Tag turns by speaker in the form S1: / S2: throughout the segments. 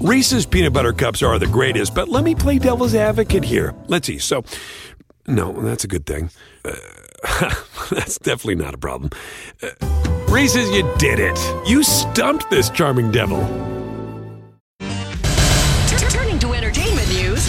S1: Reese's peanut butter cups are the greatest, but let me play devil's advocate here. Let's see. So, no, that's a good thing. Uh, that's definitely not a problem. Uh, Reese's, you did it. You stumped this charming devil.
S2: Turning to entertainment news.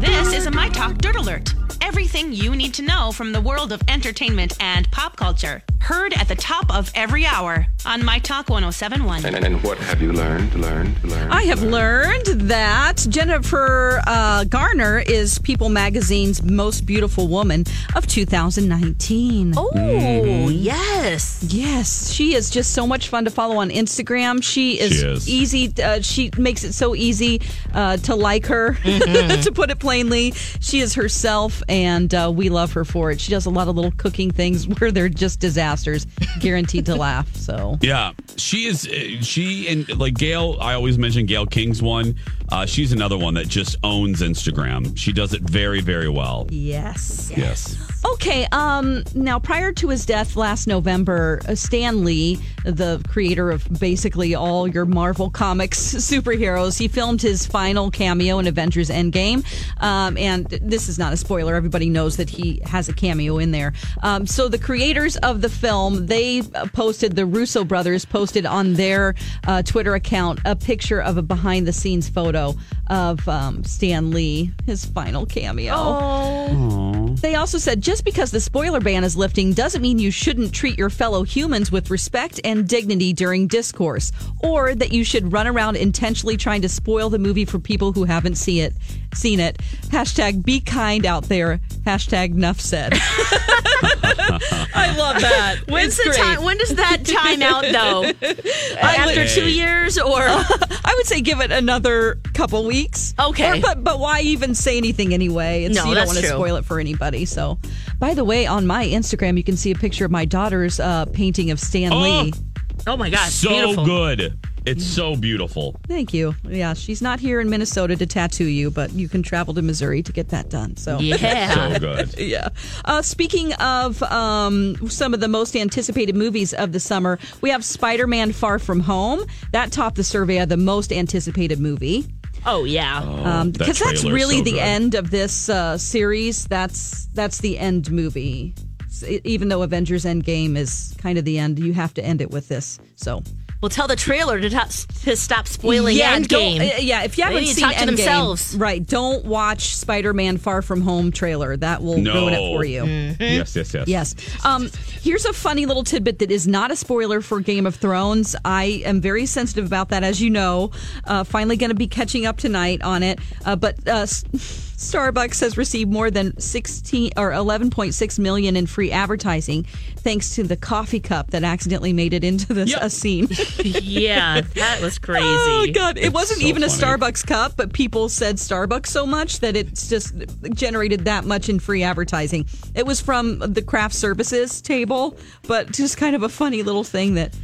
S3: This is a My Talk Dirt Alert. Everything you need to know from the world of entertainment and pop culture. Heard at the top of every hour on My Talk 1071.
S4: And, and, and what have you learned? Learned? Learned?
S5: I have learned that Jennifer uh, Garner is People Magazine's most beautiful woman of 2019.
S2: Oh, yes.
S5: Yes, she is just so much fun to follow on Instagram. She is,
S6: She is.
S5: easy. Uh, she makes it so easy uh, to like her,
S2: Mm-hmm.
S5: to put it plainly. She is herself, and uh, we love her for it. She does a lot of little cooking things where they're just disasters, guaranteed to laugh. So
S6: Yeah, she is. uh, She and like Gail. I always mention Gail King's one. Uh, she's another one that just owns Instagram. She does it very, very well.
S5: yes.
S6: Yes.
S5: Okay. Um. Now, prior to his death last November, uh, Stan Lee, the creator of basically all your Marvel comics superheroes, he filmed his final cameo in Avengers: Endgame. Um. And this is not a spoiler. Everybody knows that he has a cameo in there. Um. So the creators of the film, they uh, posted the Russo brothers posted on their uh, Twitter account a picture of a behind-the-scenes photo of um, Stan Lee, his final cameo. They also said just because the spoiler ban is lifting doesn't mean you shouldn't treat your fellow humans with respect and dignity during discourse, or that you should run around intentionally trying to spoil the movie for people who haven't see it, seen it. Hashtag be kind out there. Hashtag Nuff said. I love that.
S2: When's
S5: It's
S2: the
S5: great.
S2: time? When does that time out though? After
S6: would-
S2: two years or
S5: I would say give it another couple weeks.
S2: Okay.
S5: Or- but but why even say anything anyway? It's,
S2: No,
S5: you don't
S2: that's
S5: want to
S2: true.
S5: spoil it for anybody. So, by the way, on my Instagram, you can see a picture of my daughter's uh, painting of Stan
S6: Oh.
S5: Lee.
S2: oh my gosh,
S6: So
S2: beautiful.
S6: good. It's so beautiful.
S5: Thank you. Yeah, she's not here in Minnesota to tattoo you, but you can travel to Missouri to get that done. So.
S2: Yeah.
S6: So good.
S5: Yeah. Uh, speaking of um, some of the most anticipated movies of the summer, we have Spider Man Far From Home. That topped the survey of the most anticipated movie.
S2: Oh yeah.
S5: Um,
S6: that
S5: because that's
S6: trailer is
S5: really
S6: so
S5: the
S6: good.
S5: end of this uh, series. That's that's the end movie. S- e, Even though Avengers Endgame is kind of the end, you have to end it with this. So
S2: Well, tell the trailer to, t- to stop spoiling
S5: don't-
S2: Endgame.
S5: uh, yeah, if you
S2: They
S5: haven't
S2: need to
S5: seen
S2: talk to
S5: Endgame,
S2: themselves.
S5: right? Don't watch Spider-Man: Far From Home trailer. That will
S6: No.
S5: ruin it for you.
S2: Hmm.
S6: Yes, yes, yes.
S5: Yes. Um, here's a funny little tidbit that is not a spoiler for Game of Thrones. I am very sensitive about that, as you know. Uh, finally, going to be catching up tonight on it. Uh, but uh, S- Starbucks has received more than 16 or 11.6 million in free advertising thanks to the coffee cup that accidentally made it into this
S6: Yep.
S5: a scene.
S2: yeah, that was crazy.
S5: Oh god, it wasn't
S6: so
S5: even a
S6: funny.
S5: Starbucks cup, but people said Starbucks so much that it's just generated that much in free advertising. It was from the craft services table, but just kind of a funny little thing that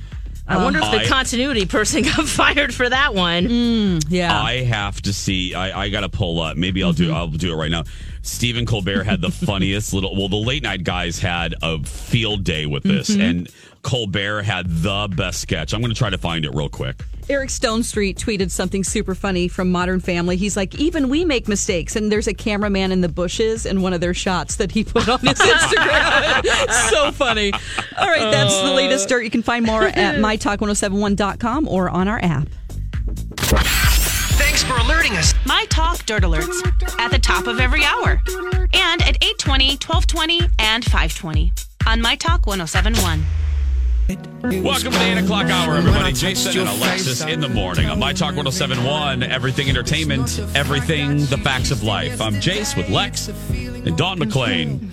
S2: I wonder if the
S6: I-
S2: continuity person got fired for that one.
S5: yeah.
S6: I have to see. I, I got to pull up. Maybe I'll
S5: Mm-hmm.
S6: do. I'll do it right now. Stephen Colbert had the funniest little. Well, the late night guys had a field day with this,
S5: Mm-hmm.
S6: and Colbert had the best sketch. I'm going to try to find it real quick.
S5: Eric Stone Street tweeted something super funny from Modern Family. He's like, "Even we make mistakes." And there's a cameraman in the bushes in one of their shots that he put on his Instagram. so funny. All right, that's the latest dirt. You can find more at mytalk1071.com or on our app.
S7: Thanks for alerting us.
S3: My Talk Dirt Alerts at the top of every hour and at 820, 1220, and 520 on My Talk 1071.
S6: Welcome to the 8 o'clock hour, everybody. Jason and Alexis in the morning on My Talk 1071, Everything Entertainment, Everything, The Facts of Life. I'm Jace with Lex and Dawn McLean.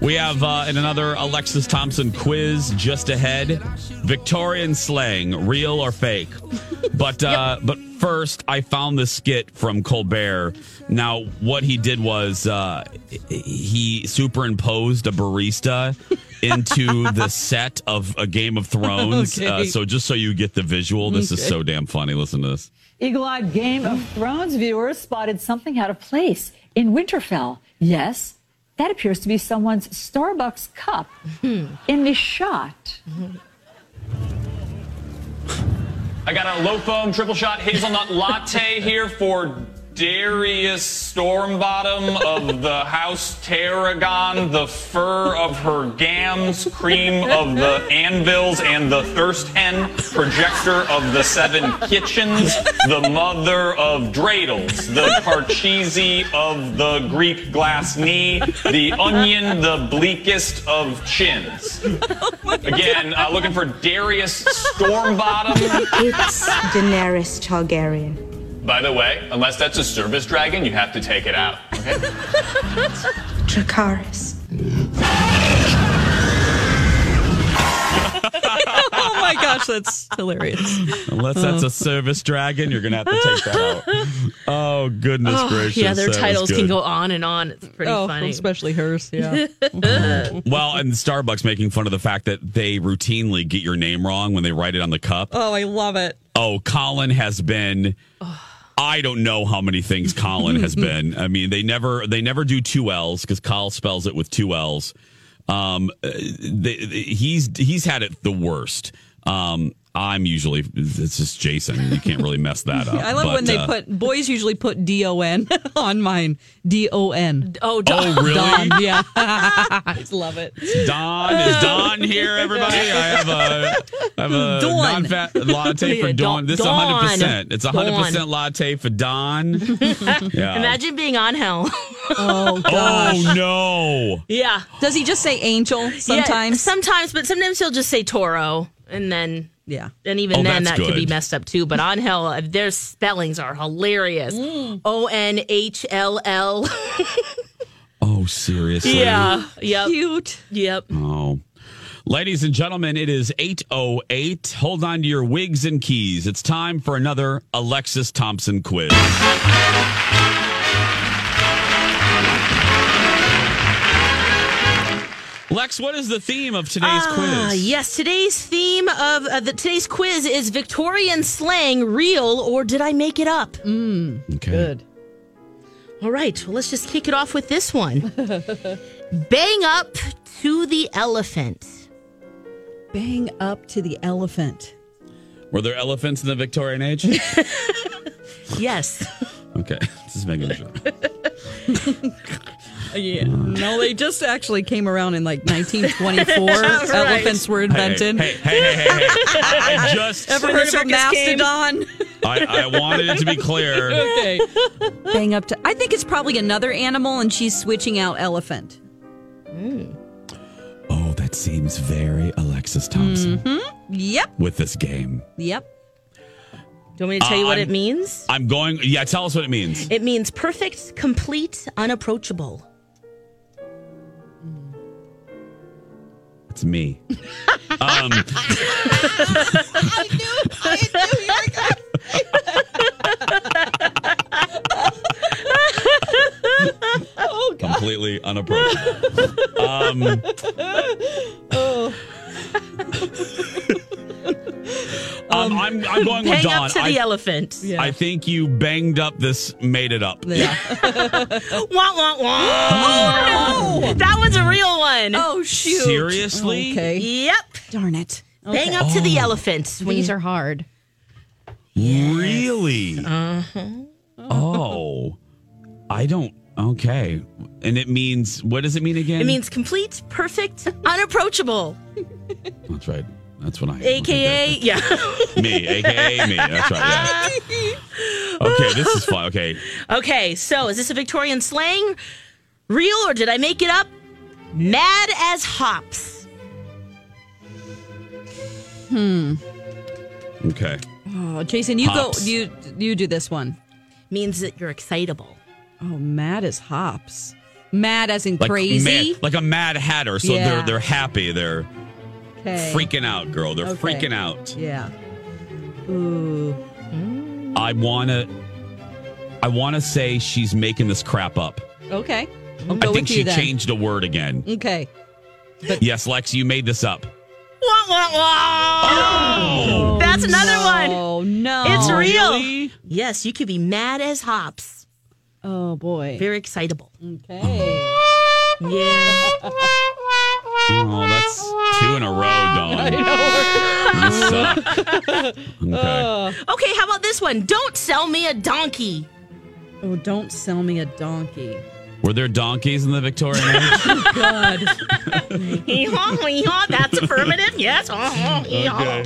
S6: We have uh, in another Alexis Thompson quiz just ahead Victorian slang, real or fake. But, uh, but first, I found this skit from Colbert. Now, what he did was uh, he superimposed a barista into the set of a Game of Thrones. Uh, so just so you get the visual, this is so damn funny. Listen to this.
S8: Eagle eyed Game of Thrones viewers spotted something out of place in Winterfell. Yes, that appears to be someone's Starbucks cup in the shot.
S7: I got a low foam triple shot hazelnut latte here for Darius Stormbottom of the House Tarragon, the fur of her gams, cream of the anvils, and the thirst hen, projector of the seven kitchens, the mother of dreidels, the parcheesi of the Greek glass knee, the onion, the bleakest of chins. Again, uh, looking for Darius Stormbottom.
S9: It's Daenerys Targaryen.
S7: By the way, unless that's a service dragon, you have to take it out. Okay?
S9: Dracarys.
S5: Oh my gosh, that's hilarious.
S6: Unless that's a service dragon, you're going to have to take that out. Oh, goodness gracious.
S2: yeah, their
S6: that was
S2: titles can
S6: good.
S2: go on and on. It's pretty
S5: Oh,
S2: funny.
S5: especially hers. Yeah.
S6: Well, and Starbucks making fun of the fact that they routinely get your name wrong when they write it on the cup.
S5: oh, I love it.
S6: Oh, Colin has been. I don't know how many things Colin has been. I mean, they never they never do two L's because Kyle spells it with two L's. Um, uh, they, they- he's he's had it the worst. Um, I'm usually it's just Jason. You can't really mess that up.
S5: I love
S6: But,
S5: when they
S6: uh,
S5: put boys usually put D O N on mine. D O N.
S2: oh,
S6: Oh, really?
S5: Don. Yeah. I just love it.
S6: Don is Don here, everybody. I have a, I have a
S5: Dawn.
S6: non-fat latte for
S2: Yeah,
S6: Don.
S2: Dawn.
S6: This is hundred percent. It's
S2: Dawn.
S6: hundred percent latte for Don. Yeah.
S2: Imagine being on hell.
S5: Oh gosh.
S6: Oh no!
S2: yeah.
S5: Does he just say angel
S2: Yeah,
S5: sometimes?
S2: sometimes, but sometimes he'll just say Toro, and then
S5: Yeah.
S2: and even
S6: Oh,
S2: then
S6: that's
S2: that could be
S6: good.
S2: messed up too. But on hell, uh, their spellings are hilarious. O N H L L.
S6: Oh seriously?
S2: Yeah. Yep.
S5: Cute.
S2: Yep.
S6: Oh. Ladies and gentlemen, it is 8.08. Hold on to your wigs and keys. It's time for another Alexis Thompson quiz. Lex, what is the theme of today's
S2: Ah,
S6: quiz?
S2: yes. Today's theme of uh, the, today's quiz is Victorian slang, real or did I make it up?
S6: Okay.
S5: Good.
S2: All right, well, let's just kick it off with this one. Bang up to the elephant.
S5: Bang up to the elephant.
S6: Were there elephants in the Victorian age?
S2: Yes.
S6: okay. Just making sure.
S5: Uh, Yeah. No, they just actually came around in like 1924. Elephants were
S6: Hey, hey,
S5: invented.
S6: hey, hey, hey, hey. I just,
S5: Ever heard of a mastodon?
S6: I, I wanted it to be clear.
S5: okay. Bang up to. I think it's probably another animal, and she's switching out elephant.
S6: Oh, that seems very Alexis Thompson
S2: Mm-hmm.
S5: Yep.
S6: with this game.
S5: Yep.
S2: Do you want me to tell you what it
S6: I'm-
S2: means?
S6: I'm going. Yeah, tell us what it means.
S2: It means perfect, complete,
S6: Oh,
S2: unapproachable.
S6: It's me. Um, um, I knew. I knew. Completely unapproachable. Um, um, I'm, I'm going with
S2: Hang
S6: Dawn.
S2: up to
S6: I,
S2: the elephant.
S6: I think you banged up this, made it up.
S5: Yeah.
S2: Wah, wah, wah. Oh, no. That one's a real one.
S5: Oh shoot.
S6: Seriously?
S5: Okay.
S2: Yep.
S5: Darn it.
S2: Bang up to the elephant. When
S10: These
S2: you-
S10: are hard.
S6: Really? Uh-huh. Oh. I don't okay. And it means what does it mean again?
S2: it means complete, perfect, unapproachable.
S6: That's right. That's what I
S2: AKA, yeah.
S6: me, aka me. That's right. yeah. Okay, this is fun. Okay.
S2: Okay, so is this a Victorian slang? Real or did I make it up? Mad as hops.
S6: Okay.
S5: Oh, Jason, you
S6: Hops.
S5: go. You you do this one.
S2: Means that you're excitable.
S5: Oh, mad as hops. Mad as in
S6: Like
S5: crazy.
S6: mad- like a mad hatter. So
S5: Yeah.
S6: they're they're happy. They're
S5: Okay.
S6: freaking out, girl. They're
S5: Okay.
S6: freaking out.
S5: Yeah. Ooh.
S6: I wanna I wanna say she's making this crap up.
S5: Okay. I'll go
S6: I think
S5: with
S6: she
S5: you then.
S6: changed a word again.
S5: Okay.
S6: Yes, Lex, you made this up.
S2: Wah, wah, wah! That's another one.
S5: Oh no.
S2: It's real.
S6: Really?
S2: Yes, you could be mad as hops.
S5: Oh boy.
S2: Very excitable.
S5: Okay.
S2: Yeah.
S6: Oh, that's two in a row, Dawn. You suck. Okay.
S2: Okay, how about this one? Don't sell me a donkey.
S5: Oh, don't sell me a donkey.
S6: Were there donkeys in the Victorian age?
S5: God.
S2: Hee-haw, hee-haw, that's affirmative. Yes. Oh, hee-haw.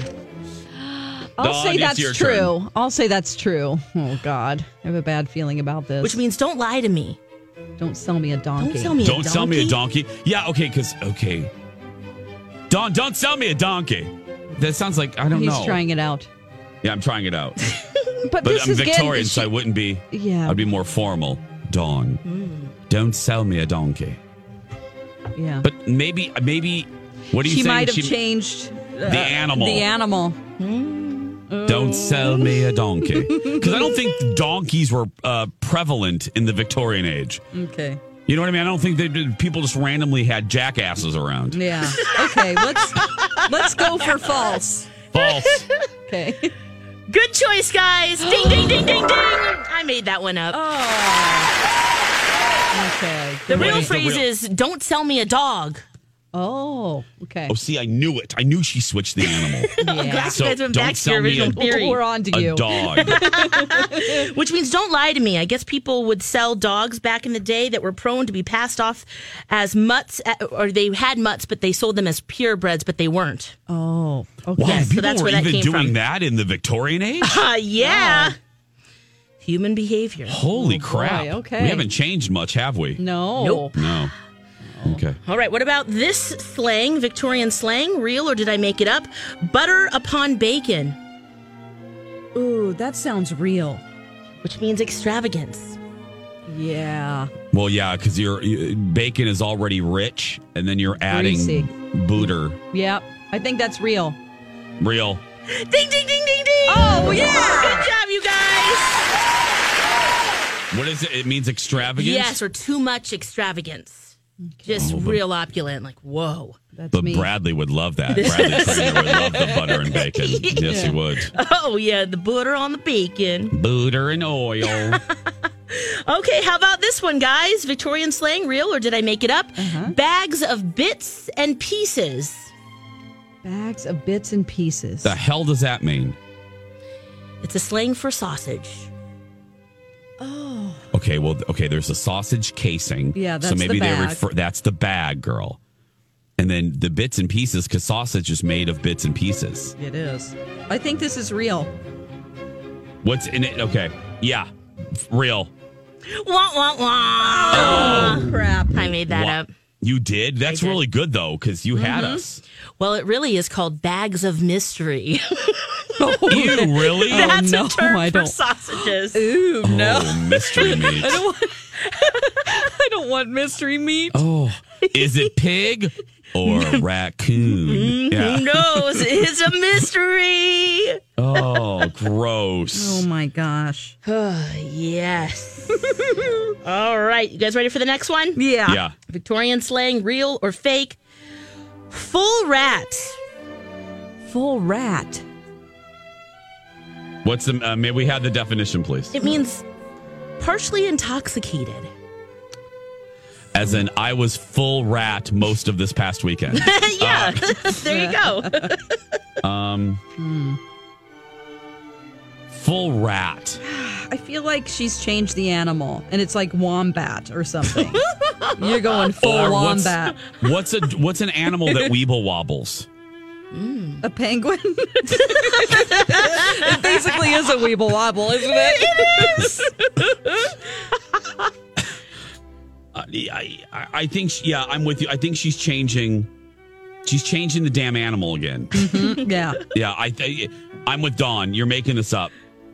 S5: I'll
S6: Dawn,
S5: say
S6: Oh, it's
S5: that's
S6: your
S5: true.
S6: turn.
S5: I'll say that's true. Oh God, I have a bad feeling about this.
S2: Which means don't lie to me.
S5: don't sell me a donkey.
S2: Don't sell me a
S6: Don't
S2: donkey.
S6: sell me a donkey. Yeah, okay, because, okay. Don, don't sell me a donkey. That sounds like, I don't
S5: He's
S6: know.
S5: trying it out.
S6: Yeah, I'm trying it out. But
S5: But, this
S6: I'm
S5: is again-
S6: Victorian, so I wouldn't be.
S5: Yeah. Hmm.
S6: I'd be more formal. Dawn, don't sell me a donkey.
S5: yeah.
S6: But maybe, maybe, what do you
S5: she
S6: saying?
S5: might have
S6: She-
S5: changed uh,
S6: The animal.
S5: The animal.
S6: Don't sell me a donkey. Because I don't think donkeys were uh, prevalent in the Victorian age.
S5: Okay.
S6: You know what I mean? I don't think they did, people just randomly had jackasses around.
S5: Yeah. Okay. Let's let's go for false.
S6: False.
S5: Okay.
S2: Good choice, guys. Ding, ding, ding, ding, ding. I made that one up.
S5: Okay.
S2: the
S6: what
S2: real
S6: is the
S2: phrase
S6: real-
S2: is don't sell me a dog.
S5: Oh. Okay.
S6: Oh, see, I knew it. I knew she switched the animal.
S5: Yeah.
S2: Glad you guys went
S6: don't
S2: back to
S6: sell
S2: your
S6: me
S2: original
S6: a-
S2: theory.
S5: We're on to you.
S6: A dog.
S2: Which means don't lie to me. I guess people would sell dogs back in the day that were prone to be passed off as mutts, uh, or they had mutts, but they sold them as purebreds, but they weren't.
S5: Oh. Okay.
S6: Wow,
S2: Yes, so
S6: people
S2: that's
S6: were
S2: where that
S6: even
S2: came
S6: doing
S2: from.
S6: that in the Victorian age?
S2: Uh, yeah. Human behavior.
S6: Holy crap.
S5: Oh, okay.
S6: We haven't changed much, have we?
S5: No.
S2: Nope.
S6: No. Okay.
S2: All right, what about this slang, Victorian slang? Real or did I make it up? Butter upon bacon,
S5: Ooh, that sounds real.
S2: which means extravagance.
S5: Yeah.
S6: Well, yeah, because your you- bacon is already rich, and then you're adding
S5: Greasy.
S6: booter.
S5: Yep. I think that's real.
S6: Real.
S2: Ding, ding, ding, ding, ding.
S5: Oh, yeah.
S2: Good job, you guys.
S6: What is it? It means extravagance?
S2: Yes, or too much extravagance. Just real opulent, like, whoa.
S5: That's
S6: But
S5: me.
S6: Bradley would love that. Bradley Trainer would love the butter and bacon. Yes, he would.
S2: Oh, yeah, the butter on the bacon.
S6: Butter and oil.
S2: Okay, how about this one, guys? Victorian slang, real or did I make it up?
S5: Uh-huh.
S2: Bags of bits and pieces.
S5: Bags of bits and pieces.
S6: the hell does that mean?
S2: It's a slang for sausage.
S6: Okay, well, okay. There's a sausage casing.
S5: Yeah,
S6: so
S5: that's
S6: maybe
S5: the
S6: they
S5: bag.
S6: refer that's the bag, girl. And then the bits and pieces, because sausage is made of bits and pieces.
S5: It is. I think this is real.
S6: What's in it? Okay, yeah, f- real.
S2: Wah, wah, wah.
S5: Oh, Crap.
S2: I made that
S6: Wha-
S2: up.
S6: You did. That's
S2: did. Mm-hmm.
S6: really good though, because you had us.
S2: Well, it really is called bags of mystery.
S6: You really?
S2: That's
S5: Oh, no,
S2: a term
S5: I
S2: for
S5: don't.
S2: sausages.
S5: Ooh,
S6: Oh, mystery meat.
S5: I don't want mystery meat.
S6: Oh, is it pig or raccoon?
S2: Who
S6: Yeah.
S2: knows? It's a mystery.
S6: Oh, gross.
S5: Oh my gosh.
S2: yes. All right. You guys ready for the next one?
S5: Yeah.
S6: Yeah.
S2: Victorian slang, real or fake? Full rat.
S5: Full rat.
S6: What's the? Uh, may we have the definition, please?
S2: It means partially intoxicated.
S6: As in, I was full rat most of this past weekend. Uh,
S2: yeah. there you go.
S6: full rat.
S5: I feel like she's changed the animal and it's like wombat or something. You're going full
S6: Or what's-
S5: wombat.
S6: What's a what's an animal that weeble wobbles?
S5: A penguin? it basically is a weeble wobble, isn't it?
S6: Uh, I, I I think she, yeah, I'm with you. I think she's changing. She's changing the damn animal again.
S5: Mm-hmm. yeah.
S6: yeah, I, I I'm with Dawn. You're making this up.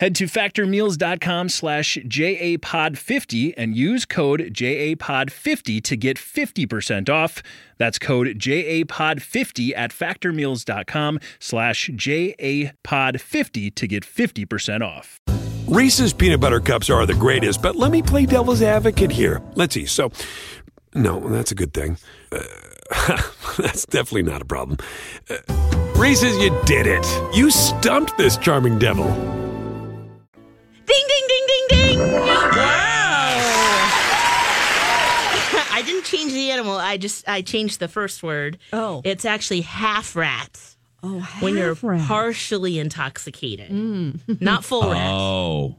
S10: Head to factormeals.com slash JAPOD50 and use code JAPOD50 to get 50% off. That's code JAPOD50 at factormeals.com slash JAPOD50 to get 50% off.
S1: Reese's peanut butter cups are the greatest, but let me play devil's advocate here. Let's see. So, no, that's a good thing. Uh, that's definitely not a problem. Uh, Reese's, you did it. You stumped this charming devil.
S2: Ding, ding, ding, ding, ding.
S6: Wow.
S2: I didn't change the animal. I just I changed the first word.
S5: Oh.
S2: it's actually half rat
S5: Oh,
S2: when you're
S5: half rat.
S2: partially intoxicated, not full rat,
S6: Oh.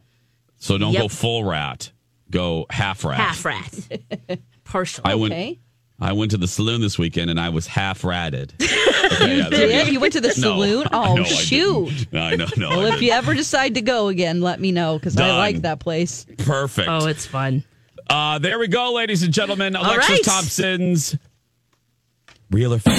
S6: So don't go
S2: Yep.
S6: full rat. Go half rat.
S2: half rat, partial.
S6: I went
S5: Okay.
S6: I went to the saloon this weekend and I was half ratted. Okay, yeah, there we
S5: Yeah,
S6: go.
S5: you went to the saloon.
S6: No,
S5: Oh
S6: no, I didn't.
S5: shoot!
S6: I know, no.
S5: Well,
S6: I
S5: if you
S6: didn't.
S5: ever decide to go again, let me know because I
S6: Done.
S5: like that place.
S6: Perfect.
S2: oh, it's fun.
S6: Uh, there we go, ladies and gentlemen. Alexis
S2: right.
S6: Thompson's real or fake.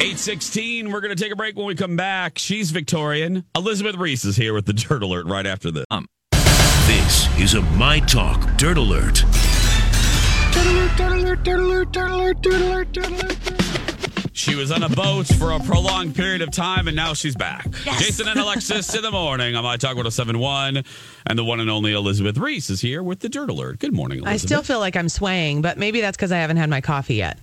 S6: Eight sixteen. We're gonna take a break when we come back. She's Victorian. Elizabeth Reese is here with the dirt alert right after this.
S11: This is a My Talk Dirt Alert.
S6: She was on a boat for a prolonged period of time, and now she's back. Jason and Alexis in the morning on My Talk 1071. And the one and only Elizabeth Reese is here with the Dirt Alert. Good morning,
S12: I
S6: Elizabeth.
S12: still feel like I'm swaying, but maybe that's because I haven't had my coffee yet.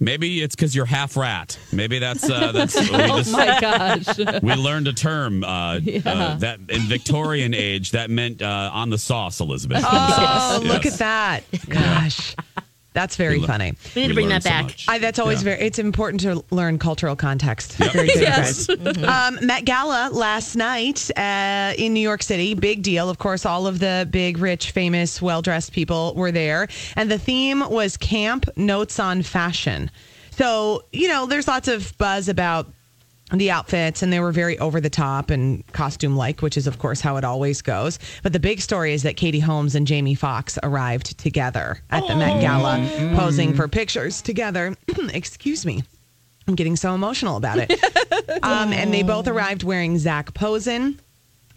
S6: Maybe it's because you're half rat. Maybe that's, uh, that's we, just,
S12: Oh,
S5: My gosh,
S6: we learned a term uh, uh, that in Victorian age that meant uh, on the sauce, Elizabeth. On the
S12: Oh,
S6: sauce.
S12: look
S6: Yes.
S12: at that. Gosh. That's very
S6: lo-
S12: funny.
S2: We need to
S6: We
S2: bring
S6: learned
S2: that
S6: so
S2: back.
S6: much.
S12: I, that's always
S6: Yeah.
S12: very, it's important to learn cultural context. Very good,
S5: Yes.
S12: Chris. Um, Met Gala last night uh, in New York City. Big deal. Of course, all of the big, rich, famous, well dressed people were there. And the theme was Camp Notes on Fashion. So, you know, there's lots of buzz about the outfits and they were very over the top and costume like which is of course how it always goes but the big story is that katie holmes and jamie foxx arrived together at the met gala posing for pictures together excuse me i'm getting so emotional about it um, and they both arrived wearing zach posen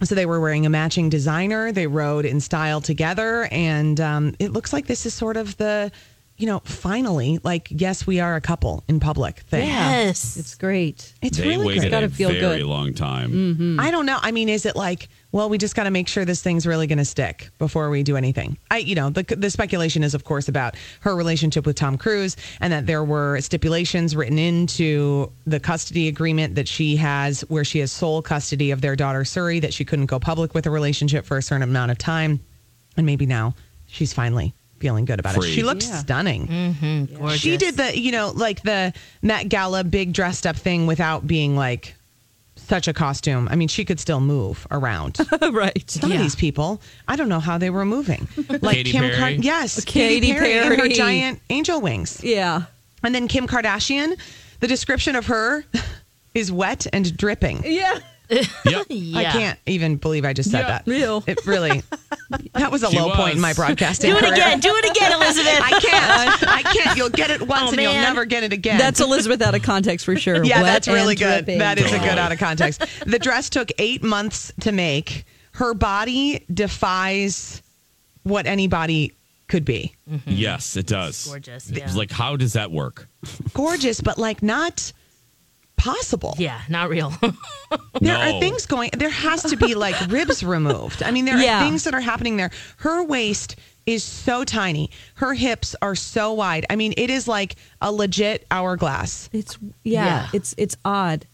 S12: so they were wearing a matching designer they rode in style together and um, it looks like this is sort of the you know finally like yes we are a couple in public thing
S2: Yes,
S5: it's great.
S12: it's
S6: They
S12: really
S6: waited
S12: great.
S5: Gotta
S6: a
S5: feel
S6: very
S5: good.
S6: long time.
S2: Mm.
S12: I don't know. I mean, is it like, well, we just got to make sure this thing's really going to stick before we do anything? I, you know, the, the speculation is, of course, about her relationship with Tom Cruise and that there were stipulations written into the custody agreement that she has, where she has sole custody of their daughter, Suri, that she couldn't go public with a relationship for a certain amount of time. And maybe now she's finally feeling good about
S6: Free.
S12: it. She looked
S5: Yeah.
S12: stunning.
S2: gorgeous.
S12: She did the, you know, like the Met Gala big dressed up thing without being like such a costume. I mean, she could still move around. Some
S5: right.
S12: of these people, I don't know how they were moving. Like
S6: Katy
S12: Kim,
S6: Perry?
S12: Kar- yes,
S5: Katy
S12: Katy, Perry, and her
S5: Perry.
S12: giant angel wings,
S5: Yeah.
S12: and then Kim Kardashian. The description of her is wet and dripping.
S5: Yeah.
S6: Yep.
S2: yeah.
S12: I can't even believe I just said
S5: Yeah,
S12: that.
S5: ew.
S12: It really, that was a
S6: She
S12: low point in
S6: was.
S12: my broadcasting.
S2: Do it
S12: career.
S2: again. Do it again, Elizabeth.
S12: I can't. I can't. You'll get it once
S2: Oh,
S12: and
S2: man.
S12: you'll never get it again.
S5: That's Elizabeth out of context for sure.
S12: Yeah,
S5: Wet
S12: that's really
S5: and
S12: good.
S5: dripping.
S12: That is a
S6: Totally.
S12: good out of context. The dress took eight months to make. Her body defies what anybody could be.
S6: Yes, it does.
S2: Mm-hmm. Gorgeous.
S6: It's
S2: Yeah.
S6: like, how does that work?
S12: Gorgeous, but like not possible.
S2: yeah, not real.
S12: There
S6: No.
S12: are things going. There has to be like ribs removed. I mean, there
S5: Yeah.
S12: are things that are happening there. Her waist is so tiny. Her hips are so wide. I mean, it is like a legit hourglass.
S5: It's yeah,
S2: Yeah.
S5: It's it's odd.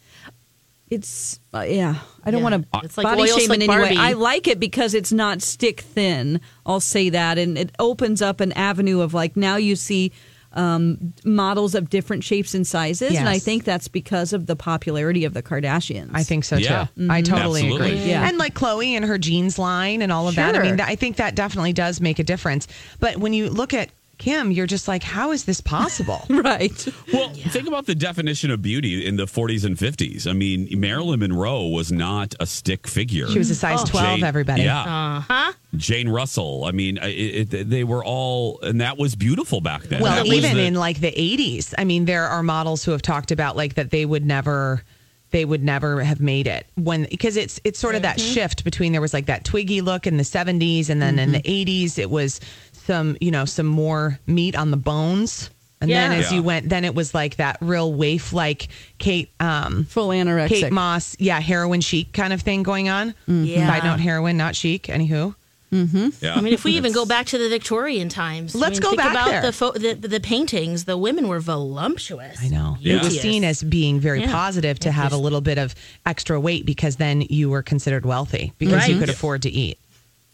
S5: It's uh, yeah. I don't
S2: Yeah.
S5: want to
S2: It's like
S5: body
S2: oil
S5: shame
S2: slick
S5: in any way.
S2: Barbie.
S5: I like it because it's not stick thin. I'll say that, and it opens up an avenue of like now you see um, models of different shapes and sizes. And I
S12: Yes.
S5: think that's because of the popularity of the Kardashians.
S12: I think so too. I totally agree.
S5: Yeah.
S12: Mm-hmm. And like Chloe and her jeans line and all of that. I mean,
S5: Sure.
S12: that, I think that definitely does make a difference. But when you look at Kim, you're just like, how is this possible?
S5: right.
S6: Well, think about the definition of beauty in the 40s and 50s. I mean, Marilyn Monroe was not a stick figure.
S12: She was a
S2: Oh.
S12: size 12,
S6: Jane-
S12: everybody.
S6: Oh. Yeah.
S2: huh?
S6: Jane Russell. I mean, it, it, they were all, and that was beautiful back then.
S12: Well,
S6: That was
S12: even
S6: the-
S12: in like the 80s, I mean, there are models who have talked about like that they would never they would never have made it when because it's it's sort of that
S6: Mm-hmm.
S12: shift between there was like that twiggy look in the 70s and then in
S6: Mm-hmm.
S12: the 80s it was some, you know, some more meat on the bones. And then
S5: Yeah.
S12: as
S5: Yeah.
S12: you went then it was like that real waif like Kate um
S5: Full anorexic.
S12: Kate Moss, yeah, heroin chic kind of thing going on.
S6: Mm.
S2: Yeah.
S12: Side note heroin, not chic, anywho.
S5: Mm-hmm.
S6: Yeah.
S2: I mean, if we even go back to the Victorian times, I
S12: Let's go
S2: mean, think
S12: back
S2: about
S12: there.
S2: The, fo- the the paintings. The women were voluptuous.
S12: I know.
S2: Yeah.
S12: It was seen as being very
S2: Yeah.
S12: positive to have a little bit of extra weight because then you were considered wealthy because you
S2: Right.
S12: could afford to eat.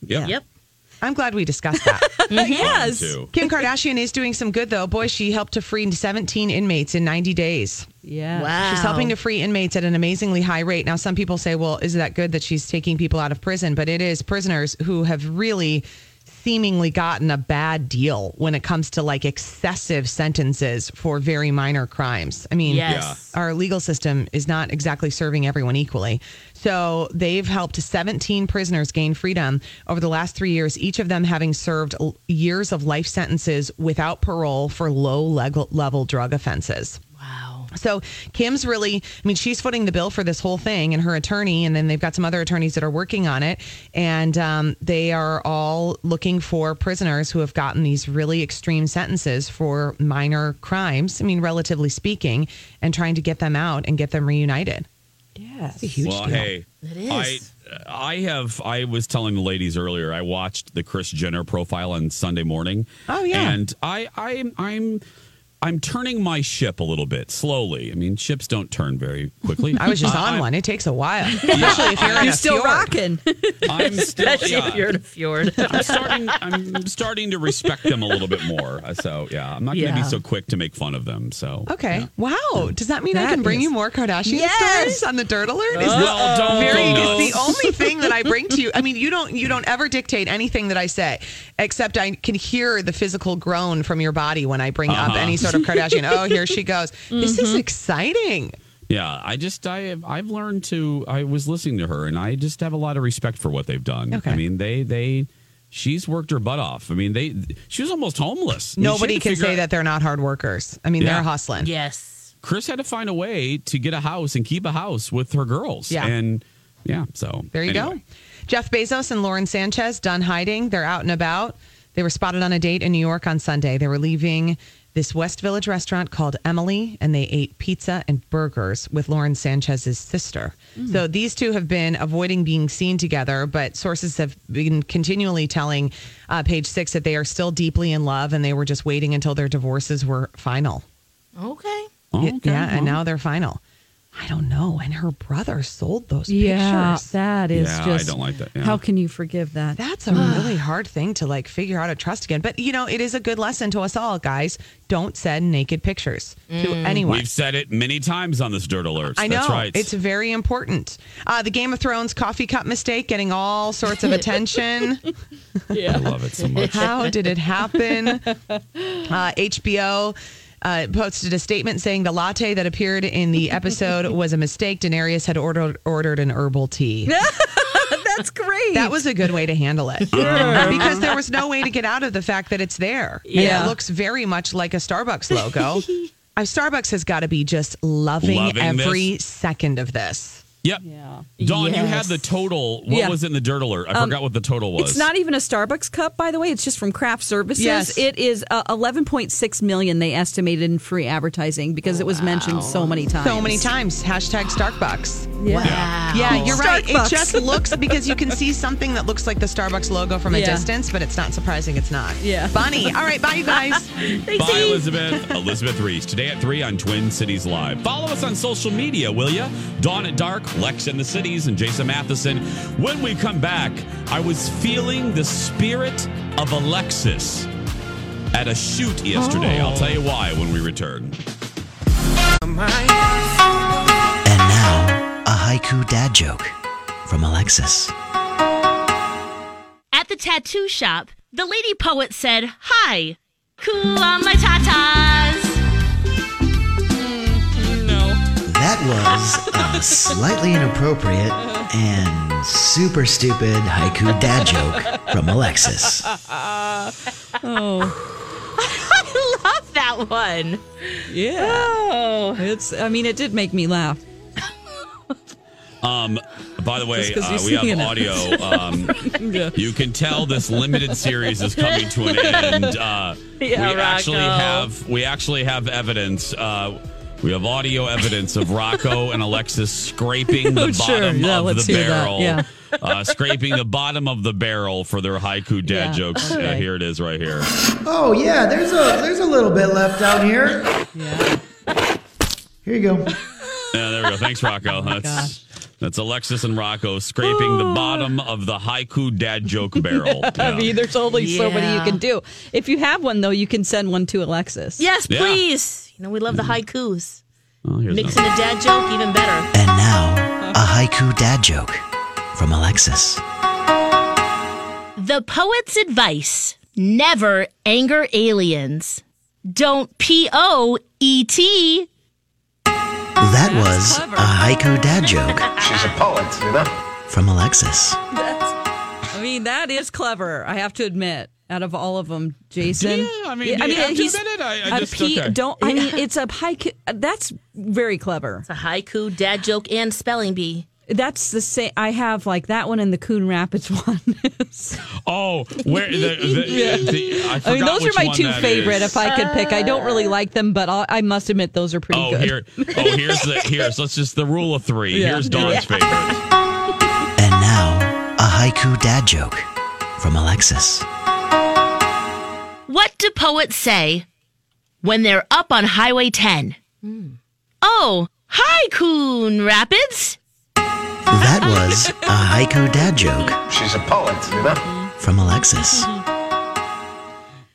S6: Yeah.
S2: Yep.
S12: I'm glad we discussed that.
S5: yes.
S12: Kim Kardashian is doing some good though. Boy, she helped to free 17 inmates in 90 days.
S5: Yeah.
S2: Wow.
S12: She's helping to free inmates at an amazingly high rate. Now, some people say, well, is that good that she's taking people out of prison? But it is prisoners who have really seemingly gotten a bad deal when it comes to like excessive sentences for very minor crimes. I mean,
S2: Yes.
S12: our legal system is not exactly serving everyone equally. So they've helped 17 prisoners gain freedom over the last three years, each of them having served l- years of life sentences without parole for low legal- level drug offenses.
S2: Wow.
S12: So Kim's really, I mean, she's footing the bill for this whole thing, and her attorney, and then they've got some other attorneys that are working on it, and um, they are all looking for prisoners who have gotten these really extreme sentences for minor crimes. I mean, relatively speaking, and trying to get them out and get them reunited.
S5: Yes.
S6: well, hey, I I have I was telling the ladies earlier. I watched the Chris Jenner profile on Sunday morning.
S12: Oh, yeah.
S6: and I I'm I'm I'm turning my ship a little bit slowly. I mean, ships don't turn very quickly.
S12: I was just
S6: Uh,
S12: on
S6: I'm-
S12: one. It takes a while, especially if you're in
S5: You're
S12: a
S5: still
S12: fjord.
S5: rocking.
S6: I'm still
S2: Especially
S6: yeah.
S2: if you're in a fjord.
S6: I'm starting. I'm starting to respect them a little bit more. Uh, So yeah, I'm not going to
S2: Yeah.
S6: be so quick to make fun of them. So
S12: Okay. Wow. Does that mean I
S5: That
S12: can bring
S5: is-
S12: you more Kardashian
S5: Yes.
S12: stories on the Dirt Alert? Is
S6: Uh-oh. Well, don't
S12: Mary,
S6: go
S12: it's the
S6: nuts.
S12: only thing that I bring to you. I mean, you don't you don't ever dictate anything that I say, except I can hear the physical groan from your body when I bring up
S6: Uh-huh. Mm-hmm.
S12: any sort of Kardashian. oh, here she goes. This is exciting.
S6: yeah, I just I have, I've learned to. I was listening to her, and I just have a lot of respect for what they've done.
S12: Okay.
S6: I mean, they they she's worked her butt off. I mean, they she was almost homeless. I mean, she
S12: Nobody
S6: had to
S12: can
S6: figure
S12: say
S6: out-
S12: that they're not hard workers. I mean,
S6: Yeah.
S12: they're hustling.
S2: Yes.
S6: Chris had to find a way to get a house and keep a house with her girls.
S12: Yeah.
S6: and yeah, so
S12: There you
S6: anyway.
S12: go. Jeff Bezos and Lauren Sanchez done hiding. They're out and about. They were spotted on a date in New York on Sunday. They were leaving this West Village restaurant called Emily, and they ate pizza and burgers with Lauren Sanchez's sister.
S6: Hmm.
S12: So these two have been avoiding being seen together, but sources have been continually telling uh, Page Six that they are still deeply in love, and they were just waiting until their divorces were final.
S2: Okay.
S6: Oh,
S12: Y-
S6: okay,
S12: yeah,
S6: well.
S12: and now they're final. I don't know. And her brother sold those
S5: Yeah,
S12: pictures.
S5: that is
S6: Yeah, I
S5: just.
S6: don't like that, yeah.
S5: How can you forgive that?
S12: That's a really hard thing to like figure out a trust again. But you know, it is a good lesson to us all, guys. Don't send naked pictures to anyone.
S6: We've said it many times on this dirt alert.
S12: I know
S6: That's right.
S12: it's very important. Uh, the Game of Thrones coffee cup mistake getting all sorts of attention.
S6: I love it so much.
S12: How did it happen? Uh, HBO uh, posted a statement saying the latte that appeared in the episode was a mistake. Daenerys had ordered ordered an herbal tea.
S5: That's great.
S12: That was a good way to handle it because there was no way to get out of the fact that it's there.
S5: Yeah.
S12: And it looks very much like a Starbucks logo. Uh, Starbucks has got to be just loving,
S6: Loving this.
S12: every second of this.
S6: Yep.
S5: Yeah.
S6: Dawn, you had
S2: Yes.
S6: the total. What
S5: Yeah.
S6: was in the dirt alert? I
S12: Um,
S6: forgot what the total was.
S5: It's not even a Starbucks cup, by the way. It's just from Craft Services.
S12: Yes.
S5: It is uh, 11.6 million they estimated in free advertising because it was mentioned so many times.
S12: So many times. Hashtag Starbucks.
S5: Yeah.
S2: Wow.
S12: Yeah, you're right.
S5: Starbucks.
S12: It just looks because you can see something that looks like the Starbucks logo from a
S5: Yeah.
S12: distance, but it's not surprising it's not.
S5: Yeah.
S12: Bonnie. All right. Bye, you guys.
S2: Thanks,
S6: Bye,
S2: Eve.
S6: Elizabeth. Elizabeth Reese. Today at 3 on Twin Cities Live. Follow us on social media, will ya? Dawn at Dark, Lex in the Cities, and Jason Matheson. When we come back, I was feeling the spirit of Alexis at a shoot yesterday. I'll tell you why when we return.
S13: A haiku dad joke from Alexis.
S2: At the tattoo shop, the lady poet said, Hi, cool on my tatas.
S13: That was a slightly inappropriate and super stupid haiku dad joke from Alexis.
S5: oh,
S2: I love that one.
S5: yeah. Oh. It's, I mean, it did make me laugh.
S6: Um, by the way,
S5: Just 'cause
S6: uh, we
S5: you're
S6: have
S5: seeing it.
S6: audio. Um,
S5: Yeah.
S6: You can tell this limited series is coming to an end. Uh,
S2: Yeah,
S6: we actually
S2: Rocco.
S6: have we actually have evidence. Uh, we have audio evidence of Rocco and Alexis scraping the
S5: Oh, sure.
S6: bottom
S5: Yeah,
S6: of
S5: let's
S6: the
S5: hear that.
S6: barrel.
S5: Yeah.
S6: Uh, scraping the bottom of the barrel for their haiku dad
S13: Yeah.
S6: jokes. Uh,
S13: Okay.
S6: here it is, right here.
S13: Oh yeah, there's a there's a little bit left out here. Yeah. Here you go.
S6: Yeah, there we go. Thanks,
S5: Oh,
S6: Rocco. that's that's Alexis and Rocco scraping the bottom of the haiku dad joke barrel.
S5: I mean, there's only so many
S2: Yeah.
S5: you can do. If you have one, though, you can send one to Alexis.
S2: Yes,
S5: Yeah.
S2: please. You know, we love the haikus.
S6: Oh, here's
S2: Mixing a dad joke, even better.
S13: And now a haiku dad joke from Alexis.
S2: The poet's advice never anger aliens. Don't P O E T.
S13: That was a haiku dad joke. She's a poet, you know. From Alexis.
S5: I mean, that is clever. I have to admit. Out of all of them, Jason.
S6: Yeah, I mean, do you have to admit it? I- I
S5: a
S6: just-
S5: P-
S6: okay.
S5: Don't. I mean, it's a haiku. That's very clever.
S2: It's a haiku, dad joke, and spelling bee.
S5: That's the same. I have like that one and the Coon Rapids one.
S6: Oh, where the, the,
S5: Yeah.
S6: the- I,
S5: I mean,
S6: forgot
S5: those are
S6: which
S5: my
S6: one
S5: two
S6: that
S5: favorite.
S6: is.
S5: If I could pick, I don't really like them, but I'll, I must admit those are pretty
S6: Oh,
S5: good.
S6: here, oh, here's the here's let's just the rule of three.
S5: Yeah.
S6: Here's Dawn's
S5: Yeah.
S6: favorite.
S13: A haiku dad joke from Alexis.
S2: What do poets say when they're up on Highway 10? Hmm. Oh, hi, Coon Rapids.
S13: That was a haiku dad joke. She's a poet, you know. From Alexis.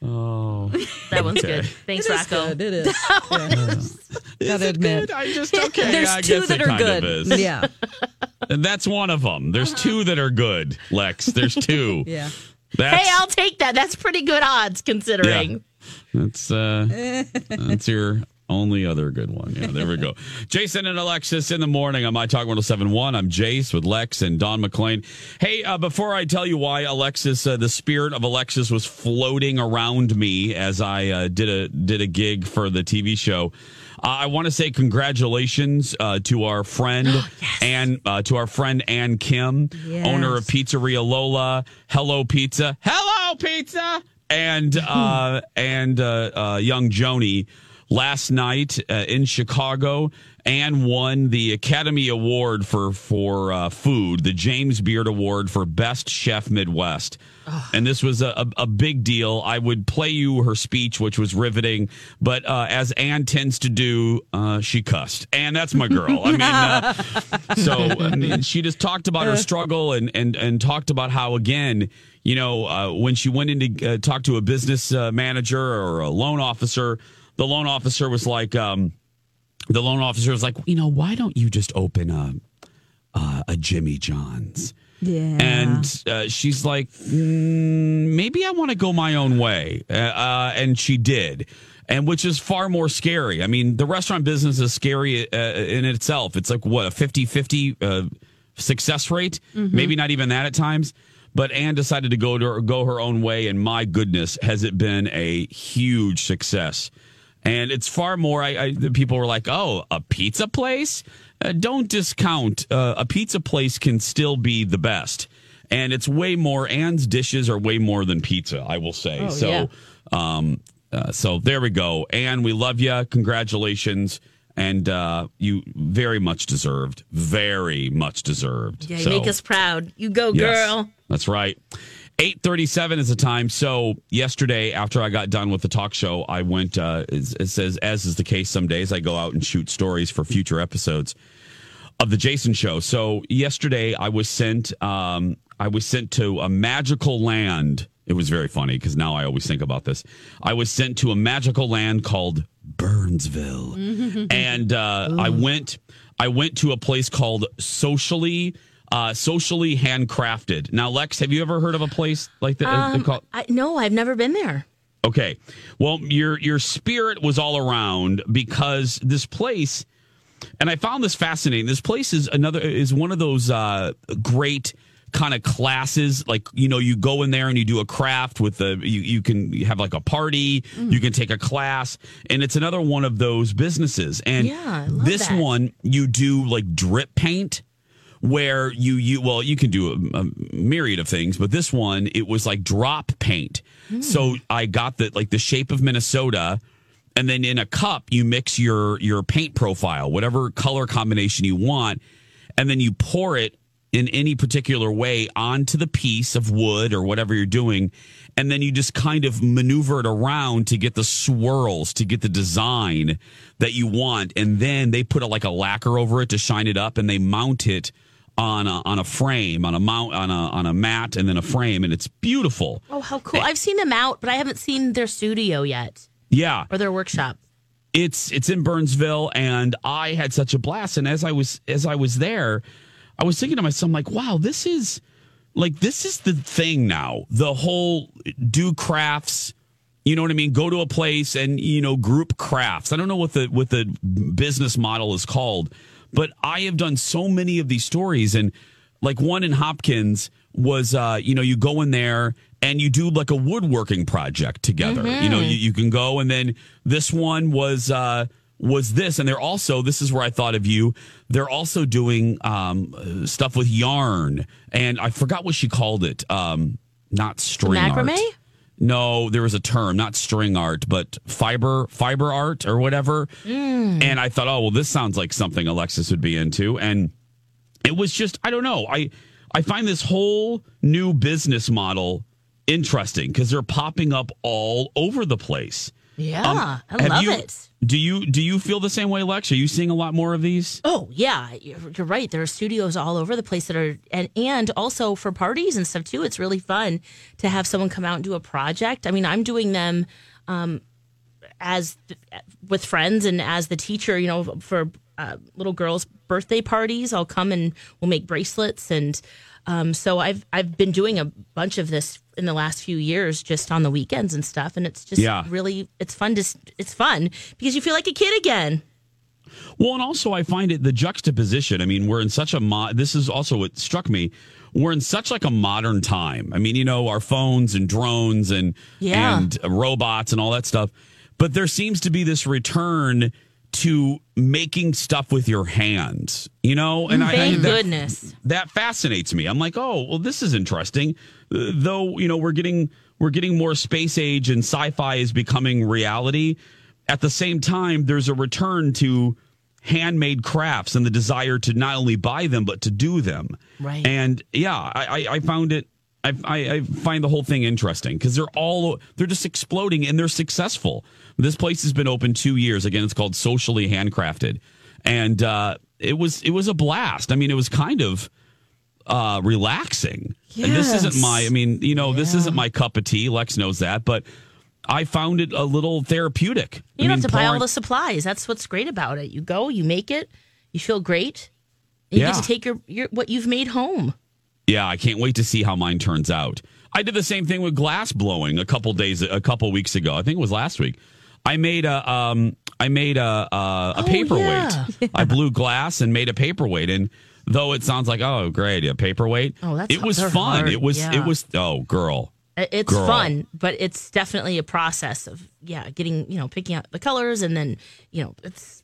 S6: Oh,
S2: That one's
S6: Okay.
S2: good. Thanks, Rocco.
S5: It is. Gotta admit.
S6: I just okay.
S5: There's
S6: I
S5: two
S6: guess
S5: that
S6: it
S5: are
S6: kind of
S5: good.
S6: is.
S5: Yeah.
S6: and that's one of them. There's two that are good, Lex. There's two.
S5: Yeah.
S6: That's,
S2: hey, I'll take that. That's pretty good odds considering.
S6: Yeah. That's uh, that's your only other good one. Yeah, there we go. Jason and Alexis in the morning on my talk 1071. I'm Jace with Lex and Don McLean. Hey, uh, before I tell you why Alexis, uh, the spirit of Alexis was floating around me as I uh, did a did a gig for the TV show. Uh, I want to say congratulations uh, to our friend and uh, to our friend Ann Kim, owner of Pizzeria Lola, Hello Pizza, Hello Pizza, and uh, and uh, uh, young Joni last night uh, in Chicago. Ann won the Academy Award for for uh, food, the James Beard Award for Best Chef Midwest, and this was a, a, a big deal. I would play you her speech, which was riveting, but uh, as Ann tends to do, uh, she cussed, and that's my girl. I mean, uh, so I mean, she just talked about her struggle and and and talked about how again, you know, uh, when she went in to uh, talk to a business uh, manager or a loan officer, the loan officer was like, um, the loan officer was like, you know, why don't you just open a uh, a Jimmy John's?
S5: Yeah.
S6: And uh, she's like, mm, maybe I want to go my own way. Uh, uh, and she did. And which is far more scary. I mean, the restaurant business is scary uh, in itself. It's like, what, a 50 50 uh, success rate? Maybe not even that at times. But Anne decided to go, to go her own way. And my goodness, has it been a huge success. And it's far more. I, I the people were like, "Oh, a pizza place? Uh, don't discount. Uh, a pizza place can still be the best." And it's way more. Anne's dishes are way more than pizza. I will say.
S2: Oh,
S6: so,
S2: yeah.
S6: um, uh, so there we go. Anne, we love you. Congratulations, and uh, you very much deserved. Very much deserved.
S2: Yeah, you
S6: So-
S2: make us proud. You go,
S6: Yes,
S2: girl.
S6: that's right. 8:37 is the time. So, yesterday after I got done with the talk show, I went uh it it says as is the case some days I go out and shoot stories for future episodes of the Jason show. So, yesterday I was sent um I was sent to a magical land It was very funny because now I always think about this. I was sent to a magical land called Burnsville, and uh, I went. I went to a place called socially, uh, socially handcrafted. Now, Lex, have you ever heard of a place like that? uh,
S2: Um,
S6: called-
S2: I, no, I've never been there.
S6: Okay. Well, your your spirit was all around because this place and I found this fascinating. This place is another is one of those uh great kind of classes like you know you go in there and you do a craft with the you, you can have like a party
S2: Mm.
S6: you can take a class and it's another one of those businesses and
S2: Yeah, I love
S6: this
S2: that.
S6: one you do like drip paint where you you well you can do a, a myriad of things but this one it was like drop paint so i got the like the shape of minnesota and then in a cup you mix your your paint profile whatever color combination you want and then you pour it in any particular way onto the piece of wood or whatever you're doing and then you just kind of maneuver it around to get the swirls to get the design that you want and then they put a, like a lacquer over it to shine it up and they mount it on a, on a frame on a mount on a on a mat and then a frame and it's beautiful
S2: Oh, how cool! I've seen them out, but I haven't seen their studio yet
S6: yeah
S2: or their workshop.
S6: it's it's in Burnsville, and I had such a blast. And as I was as I was there, I was thinking to myself, like, wow, this is like this is the thing now. The whole do crafts, you know what I mean? Go to a place and you know group crafts. I don't know what the what the business model is called, but I have done so many of these stories and like one in Hopkins was uh you know you go in there and you do like a woodworking project together you know you, you can go and then this one was uh was this and they're also this is where i thought of you they're also doing um uh, stuff with yarn and i forgot what she called it um not string
S2: Macrame?
S6: art no there was a term not string art but fiber fiber art or whatever and i thought oh well this sounds like something alexis would be into and it was just i don't know i i find this whole new business model interesting because they're popping up all over the place
S2: Yeah,
S6: Um,
S2: I
S6: have
S2: love
S6: you-
S2: it.
S6: do you do you feel the same way lex are you seeing a lot more of these
S2: Oh yeah, you're, you're right. There are studios all over the place that are, and and also for parties and stuff too. It's really fun to have someone come out and do a project. I mean, I'm doing them um, as th- with friends and as the teacher. You know, for uh, little girls' birthday parties, I'll come and we'll make bracelets, and um, so I've I've been doing a bunch of this in the last few years, just on the weekends and stuff. And it's just
S6: Yeah.
S2: really it's fun to s- it's fun because you feel like a kid again.
S6: Well, and also I find it the juxtaposition. I mean, we're in such a mo- this is also what struck me. We're in such like a modern time. I mean, you know, our phones and drones and
S2: Yeah.
S6: and robots and all that stuff. But there seems to be this return to making stuff with your hands. You know, and I, I
S2: Mm, Thank
S6: that-
S2: goodness.
S6: that fascinates me. I'm like, oh, well, this is interesting. Uh, though you know, we're getting we're getting more space age and sci-fi is becoming reality. At the same time, there's a return to handmade crafts and the desire to not only buy them but to do them.
S2: Right.
S6: And yeah, I, I, I found it. I, I, I find the whole thing interesting because they're all they're just exploding and they're successful. This place has been open two years. Again, it's called Socially Handcrafted, and uh, it was it was a blast. I mean, it was kind of uh, relaxing. And this isn't
S14: Yes.
S6: my. I mean, you know, this isn't my cup of tea. Lex knows that, but I found it a little therapeutic.
S2: You
S6: I
S2: don't
S6: mean,
S2: have to buy all
S6: pouring-
S2: the supplies. That's what's great about it. You go, you make it, you feel great. and You
S6: Yeah.
S2: get to take your, your what you've made home.
S6: Yeah, I can't wait to see how mine turns out. I did the same thing with glass blowing a couple days, a couple weeks ago. I think it was last week. I made a, um, I made a, a, a
S2: Oh,
S6: paperweight.
S2: yeah.
S6: I blew glass and made a paperweight. And though it sounds like, oh, great, a paperweight.
S2: Oh, that's-
S6: it was
S2: they're
S6: fun.
S2: hard,
S6: It was,
S2: yeah. Uh,
S6: it was. Oh, girl.
S2: I- It's
S6: Girl.
S2: fun, but it's definitely a process of yeah, getting you know picking out the colors and then you know it's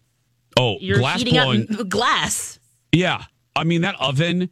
S6: Oh,
S2: you're
S6: glass
S2: heating
S6: blowing.
S2: up glass.
S6: Yeah. I mean, that oven,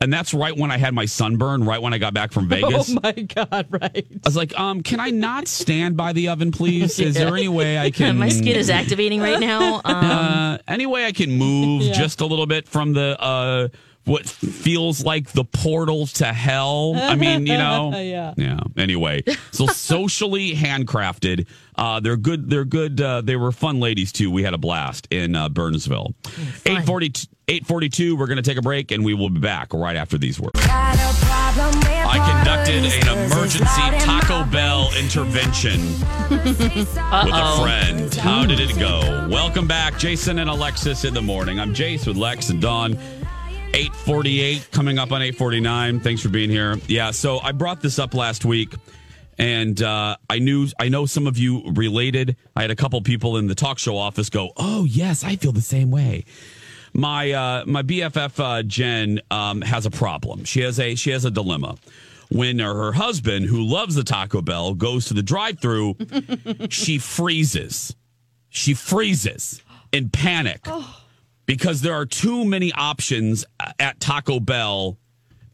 S6: and that's right when I had my sunburn, right when I got back from Vegas.
S5: Oh my God, right.
S6: I was like, um, can I not stand by the oven, please? Is there any way I can?
S2: My skin is activating right now. Um,
S6: Uh, any way I can move
S2: Yeah.
S6: just a little bit from the uh, what feels like the portal to hell? I mean, you know,
S5: Yeah.
S6: yeah. Anyway, so socially handcrafted. Uh, they're good. They're good. Uh, they were fun ladies too. We had a blast in uh, Burnsville. 842, 842, We're going to take a break, and we will be back right after these words.
S15: Got a problem.
S6: I conducted an emergency Taco Bell intervention with a friend. How did it go? Welcome back, Jason and Alexis in the morning. I'm Jace with Lex and Dawn. 848 coming up on 849. Thanks for being here. Yeah, so I brought this up last week and uh, I knew I know some of you related. I had a couple people in the talk show office go, "Oh, yes, I feel the same way." My uh, my BFF uh, Jen um, has a problem. She has a she has a dilemma. When her husband, who loves the Taco Bell, goes to the drive-through, she freezes. She freezes in panic because there are too many options at Taco Bell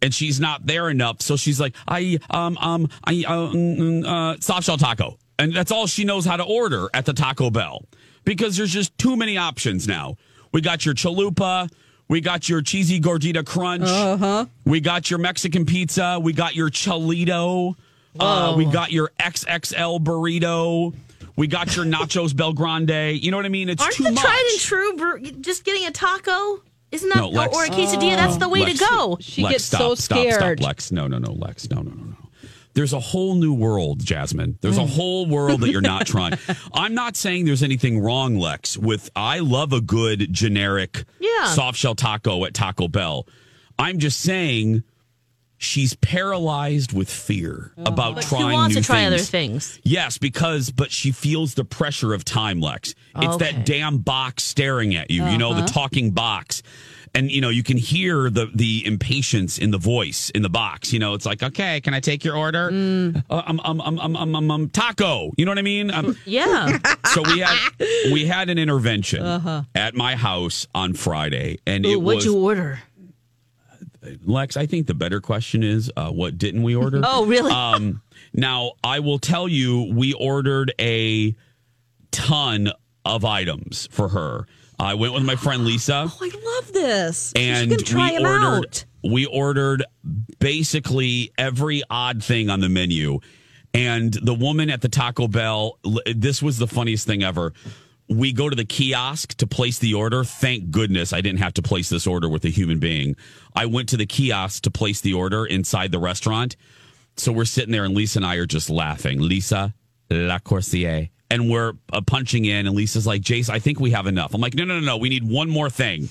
S6: and she's not there enough. So she's like, I, um, um, I, uh, mm, mm, uh, soft shell taco. And that's all she knows how to order at the Taco Bell because there's just too many options now. We got your chalupa. We got your cheesy gordita crunch. Uh-huh. We got your Mexican pizza. We got your cholito. Uh,
S14: Whoa.
S6: we got your XXL burrito. We got your nachos Bel Grande. You know what I mean? It's
S2: Aren't
S6: too
S2: the
S6: much.
S2: tried and true bur- just getting a taco? Isn't that
S6: No, Lex.
S2: or a quesadilla? That's the way
S6: Lex,
S2: to go.
S6: Lex, stop, stop, Stop, Lex. No, no, no, Lex. No, no, no, no. There's a whole new world, Jasmine. There's
S2: Mm.
S6: a whole world that you're not trying. I'm not saying there's anything wrong, Lex, with I love a good generic
S14: Yeah.
S6: soft shell taco at Taco Bell. I'm just saying she's paralyzed with fear about
S2: Oh. But
S6: trying
S2: she wants
S6: new
S2: to try
S6: things.
S2: other things.
S6: Yes, because but she feels the pressure of time, Lex. It's
S2: Okay.
S6: that damn box staring at you. You know the
S2: Uh-huh.
S6: talking box, and you know you can hear the the impatience in the voice in the box. You know it's like, okay, can I take your order?
S2: Mm.
S6: Uh, um, um, um, um, um, um, um, taco. You know what I mean? Um,
S2: Yeah.
S6: so we had we had an intervention
S2: Uh-huh.
S6: at my house on Friday, and
S2: Ooh,
S6: it
S2: what'd
S6: was
S2: you order?
S6: Lex, I think the better question is, uh, what didn't we order?
S2: Oh, really?
S6: Um, now, I will tell you, we ordered a ton of items for her. I went with my friend Lisa,
S5: Oh, I love this.
S6: and
S5: you can try
S6: we
S5: them
S6: ordered
S5: out.
S6: we ordered basically every odd thing on the menu. And the woman at the Taco Bell, l- this was the funniest thing ever. We go to the kiosk to place the order. Thank goodness I didn't have to place this order with a human being. I went to the kiosk to place the order inside the restaurant. So we're sitting there, and Lisa and I are just laughing. Lisa La Corsier. And we're uh, punching in, and Lisa's like, Jace, I think we have enough. I'm like, no, no, no, no. We need one more thing.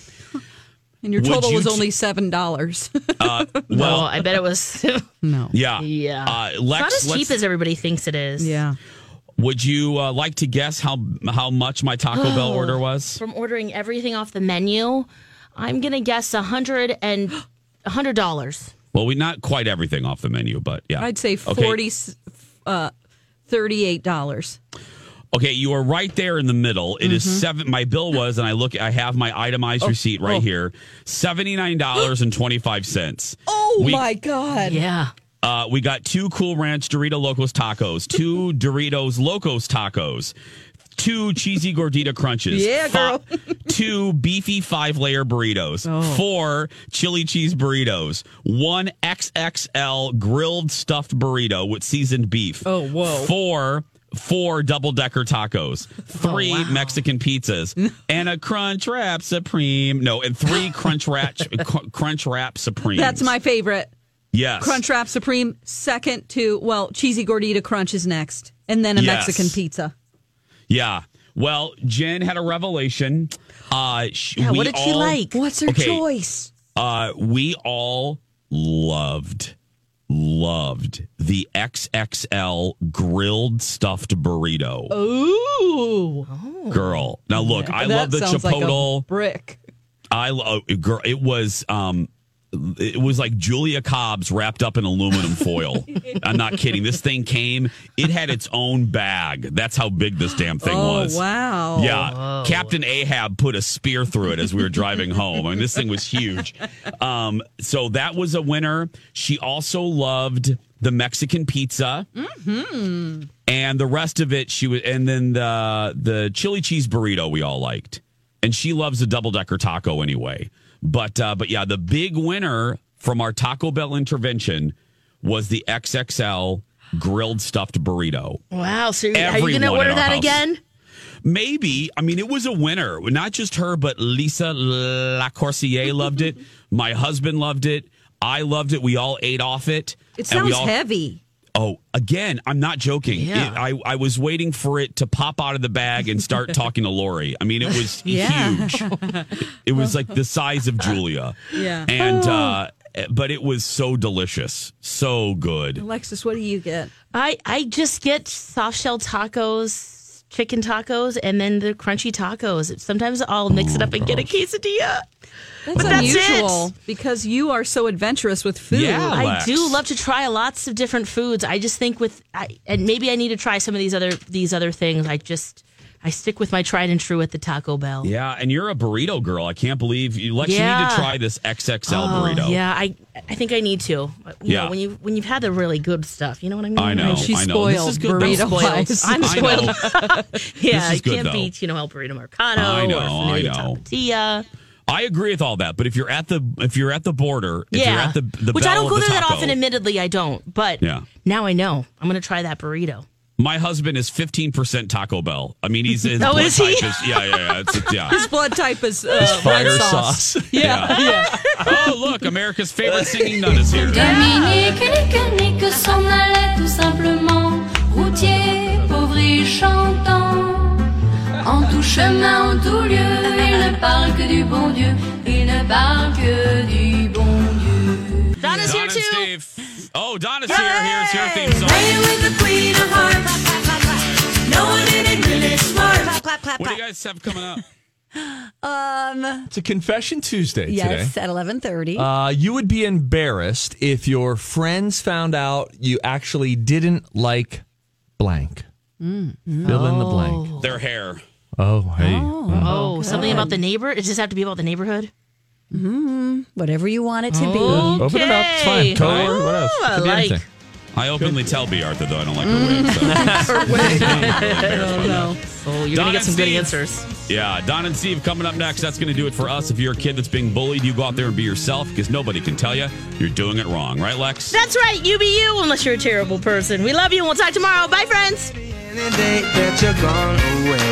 S5: And your
S6: Would
S5: total
S6: you
S5: was
S6: t-
S5: only seven dollars.
S6: Uh, well,
S2: Oh, I bet it was.
S5: no.
S6: Yeah.
S2: Yeah.
S6: Uh,
S2: it's
S6: Lex,
S2: not as
S6: let's-
S2: cheap as everybody thinks it is.
S5: Yeah.
S6: Would you uh, like to guess how how much my Taco
S2: Oh.
S6: Bell order was?
S2: From ordering everything off the menu, I'm going to guess a hundred and a hundred dollars.
S6: Well, we not quite everything off the menu, but yeah.
S5: I'd say
S6: Okay.
S5: forty, uh, thirty-eight dollars.
S6: Okay, you are right there in the middle. It
S2: Mm-hmm.
S6: is seven. My bill was, and I look. I have my
S2: Oh.
S6: itemized receipt right here. Seventy nine dollars and twenty five cents.
S5: Oh
S6: We-
S5: my god!
S2: Yeah.
S6: Uh, we got two Cool Ranch Dorito Locos tacos, two Doritos Locos tacos, two cheesy gordita crunches.
S5: Yeah, girl. Oh.
S6: fi- two beefy five layer burritos, four chili cheese burritos, one XXL grilled stuffed burrito with seasoned beef.
S5: Oh, whoa.
S6: Four. Four double decker tacos,
S5: Oh,
S6: three Mexican pizzas, and a Crunch Wrap Supreme. No, and three Crunch Wrap Crunch Wrap Supreme.
S5: That's my favorite.
S6: yes.
S5: Crunch Wrap Supreme, second to well, cheesy gordita crunch is next, and then a
S6: Yes.
S5: Mexican pizza.
S6: Yeah. Well, Jen had a revelation. Uh, sh- we all-
S5: What's her
S6: Okay.
S5: choice?
S6: Uh, we all loved, loved the XXL grilled stuffed burrito.
S5: Ooh,
S6: Girl, now look, I
S5: Oh. That
S6: love the
S5: sounds like a
S6: Chipotle.
S5: brick.
S6: I love girl. It was um, it was like Julia Cobb's wrapped up in aluminum foil. I'm not kidding. This thing came. It had its own bag. That's how big this damn thing
S5: oh
S6: was.
S5: wow!
S6: Yeah, Captain Ahab put a spear through it as we were driving home. I mean, this thing was huge. Um, so that was a winner. She also loved the Mexican pizza, and the rest of it. She was, and then the the chili cheese burrito we all liked, and she loves a double decker taco anyway. But uh, but yeah, the big winner from our Taco Bell intervention was the XXL grilled stuffed burrito.
S2: Wow. So are you
S6: Everyone
S2: going
S6: in
S2: to
S6: our
S2: order that
S6: house.
S2: again?
S6: Maybe. I mean, it was a winner. Not just her, but Lisa La Corsier loved it. My husband loved it. I loved it. We all ate off it.
S5: It
S6: and we
S5: sounds
S6: all-
S5: heavy.
S6: Oh, again, I'm not joking.
S5: Yeah.
S6: It- I, I was waiting for it to pop out of the bag and start talking to Lori. I mean, it was huge. It was like the size of Julia.
S5: Yeah.
S6: And, uh, but it was so delicious. So good.
S5: Alexis, what do you get?
S2: I I just get soft shell tacos, chicken tacos, and then the crunchy tacos. Sometimes I'll mix it up and get a quesadilla.
S5: That's
S2: But that's
S5: unusual
S2: it.
S5: because you are so adventurous with food.
S2: I do love to try lots of different foods. I just think with I, and maybe I need to try some of these other these other things. I just I stick with my tried and true at the Taco Bell.
S6: Yeah. And you're a burrito girl. I can't believe you. Lex, you need
S2: Yeah.
S6: to try this XXL
S2: Oh,
S6: burrito.
S2: Yeah, I I think I need to. You
S6: Yeah.
S2: know, when you when you've had the really good stuff, you know what I mean.
S6: I know.
S2: She's
S6: I know. This is good, though.
S2: spoiled. I'm
S6: I know.
S2: spoiled. yeah,
S6: This is
S2: you
S6: good,
S2: can't
S6: though.
S2: beat you know El Burrito Mercado
S6: I know,
S2: or
S6: I
S2: Familia
S6: know.
S2: Tapatia.
S6: I agree with all that, but if you're at the if you're at the border, if you're
S2: Yeah,
S6: at the the
S2: which I
S6: bell of
S2: don't go
S6: the
S2: there that
S6: taco-
S2: often. Admittedly, I don't. But
S6: Yeah.
S2: now I know. I'm gonna try that burrito.
S6: My husband is 15% Taco Bell. I mean, he's his
S2: Oh,
S6: blood
S2: is he?
S6: type is- yeah, yeah, yeah. It's, it's- yeah.
S5: His blood type is uh,
S6: It's
S5: red
S6: fire
S5: sauce.
S6: sauce. Yeah. oh, look, America's favorite singing nut is here.
S14: Dominique et Nick s'en allaient tout simplement, routier, pauvre et chantant. En tout chemin, en tout lieu, il ne parle que du bon Dieu, il ne parle que du bon Dieu.
S6: Donna's here too. Steve. Oh, Donna's here. Here's your theme song.
S14: No one in it really smart.
S6: What do you guys have coming up?
S5: Um,
S15: It's a confession Tuesday
S5: yes,
S15: today.
S5: at eleven thirty.
S15: Uh, you would be embarrassed if your friends found out you actually didn't like blank. Fill in the blank.
S6: Their hair.
S15: Oh, hey. Mhm.
S2: Oh, something about the neighbor. Does this have to be about the neighborhood?
S5: Mm, whatever you want it to be.
S15: Open it up. It's fine. Color. Oh, What else?
S2: Ooh, I
S15: Could be
S2: like-
S15: anything.
S6: I openly tell B. Arthur, though, I don't like her wig. So.
S2: Oh,
S6: Donna
S2: you're gonna get some good
S6: Steve.
S2: answers.
S6: Yeah, Don and Steve coming up next. That's going to do it for us. If you're a kid that's being bullied, you go out there and be yourself because nobody can tell you you're doing it wrong. Right, Lex?
S2: That's right, you be you, unless you're a terrible person. We love you, and we'll talk tomorrow. Bye, friends.
S13: that you're gone away.